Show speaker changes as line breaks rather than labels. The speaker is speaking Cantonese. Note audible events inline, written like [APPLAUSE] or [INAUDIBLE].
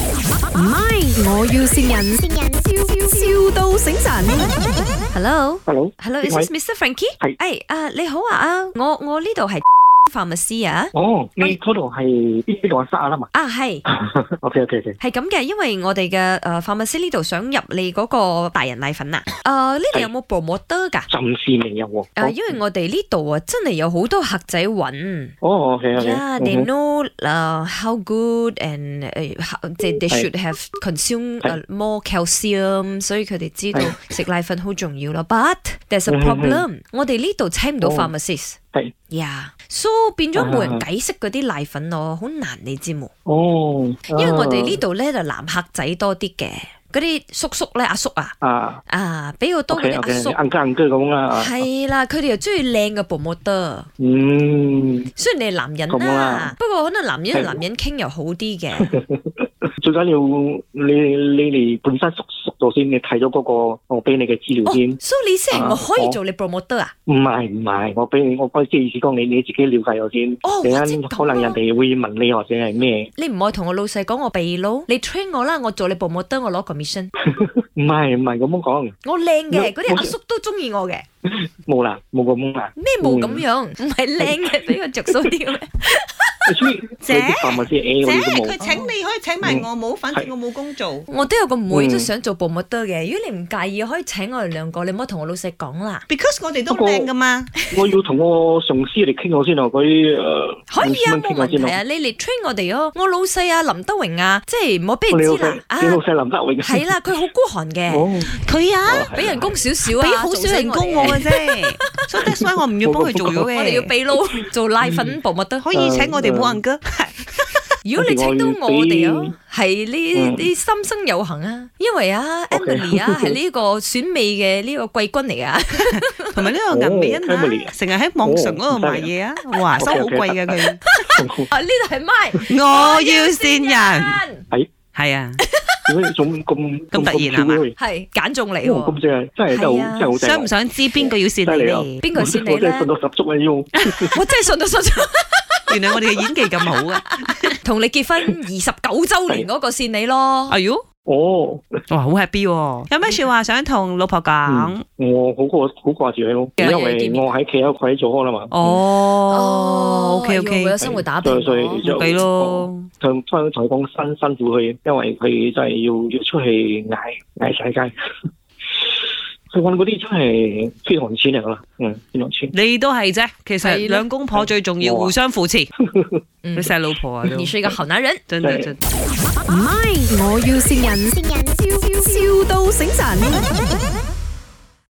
唔係，我要善人，笑笑到醒神。Hello，Hello，
Hello，
is this Mr. Frankie？
係
誒啊，你好啊啊，我我呢度係 [LAUGHS] pharmacy 啊。
哦，你嗰度係邊個沙啦嘛
啊，係
？OK OK OK，
係咁嘅，因為我哋嘅誒 pharmacy 呢度想入你嗰個大人奶粉啊。誒，呢度有冇 promoter 㗎？
暫時未有喎。
誒，因為我哋呢度啊，真係有好多客仔揾。
哦，OK OK，
Yeah, Mm-hmm. they know uh, how good and uh, how, they, they
係
should have consumed
係
uh, more calcium，所以佢哋知道
係
食奶粉好重要咯。But there's a
嗯嗯嗯
problem，我哋呢度請唔到
哦
pharmacist。
係
Yeah, so 變咗冇人解釋嗰啲奶粉咯，好難你知冇？
哦，
因為我哋呢度咧就男客仔多啲嘅，嗰啲叔叔咧阿叔啊
啊
啊，比較多嗰
，OK
啲
OK，
阿叔
硬家硬居咁啦。啊
係啦，佢哋又中意靚嘅 b o 得。
嗯，
雖然你係男人
咁
啦
啦，
不過可能男人同
係
男人傾又好啲嘅。
最緊要你你哋本身熟熟到先，你睇咗嗰個我俾你嘅資料
哦，所
先。
以你先係我可以做你 promoter 啊？
唔係唔係，我俾你我即係意思講你你自己了解咗先。
哦
陣
即係
間
咁啊
可能人哋會問你或者係咩？
你唔可以同我老細講我秘佬，你 train 我啦，我做你 promoter，我攞 commission，
唔係唔係咁樣講，
我靚嘅，
冇
嗰啲阿
冇
叔都中意我嘅，
冇啦冇咁啦。嗯
咩冇咁樣，唔係靚嘅俾佢着數啲咩？
所以佢啲飯咪先 A
姐，
我哋都冇
佢。請你可以請埋我冇，反正我冇工做。
我都有個妹
嗯
都想做 promoter 嘅，如果你唔介意，可以請我哋兩個，你唔好同我老細講啦。
because 我哋都
不過
靚噶嘛，
我要同我上司嚟傾我先啊咯，嗰啲誒
可以啊，冇問題啊，
咯。
你嚟 train 我哋咯。我老細啊，林德榮啊，即係唔好俾
你
人
老
知啦
細，。
啊
你，老細林德榮
係啦，佢好孤寒嘅。
[LAUGHS] 哦， [LAUGHS]
佢
哦
啊
俾人工少少啊，
俾好少人工我
做死哋
嘅 [LAUGHS] 啫，所以 that's why 我唔要幫佢做咗
我哋要
嘅。
俾佬做奶粉薄物得。
可以請我哋冇人噶，
如果你請到我哋啊，係呢
嗯
啲心生有幸啊，因為 [LAUGHS] 啊 Emily 啊係呢個選美嘅呢個季軍嚟 [LAUGHS] 啊，
同埋呢個銀美人
哦
啊
，Emily，
成日喺網上嗰度賣嘢啊，哇，收好貴噶佢。
啊呢度係咪？
我要善人，
人
係啊，
哎點解你仲咁
咁突然啊嘛
咁
係揀中你
咁
喎，
正啊？真係真
哎係
係
啊
好真係好正啊。
想唔想知邊個要善
犀利啊
你咧？
邊個先你
我真
咧
係？信到十足啊！要
我真係信到信咗，
原來我哋嘅演技咁好啊！
同你結 [LAUGHS] 婚二十九週年嗰個線你咯。
哎呦，
哦，
哇，好 happy à. 喎！有咩说話想同老婆講
嗯？我好過好掛住佢咯，
日日
因為
見面
我喺企喺佢喺做開啦嘛。
Ờ,
哦，OK
要為
OK，
咗生活打拼
對所以
咯。
就
俾咯。
佢翻同佢講辛辛苦佢，因為佢真係要要出去捱捱世界。佢揾嗰啲真係血汗錢嚟㗎啦，嗯，血汗錢。
你都係啫，其
係咯
實兩公婆最重要
冇啊
互相扶
[LAUGHS]
持。
嗯
你細老婆啊，都
你是一個好男人。
真的
係
真的。
唔係，我要善人，笑笑到醒神。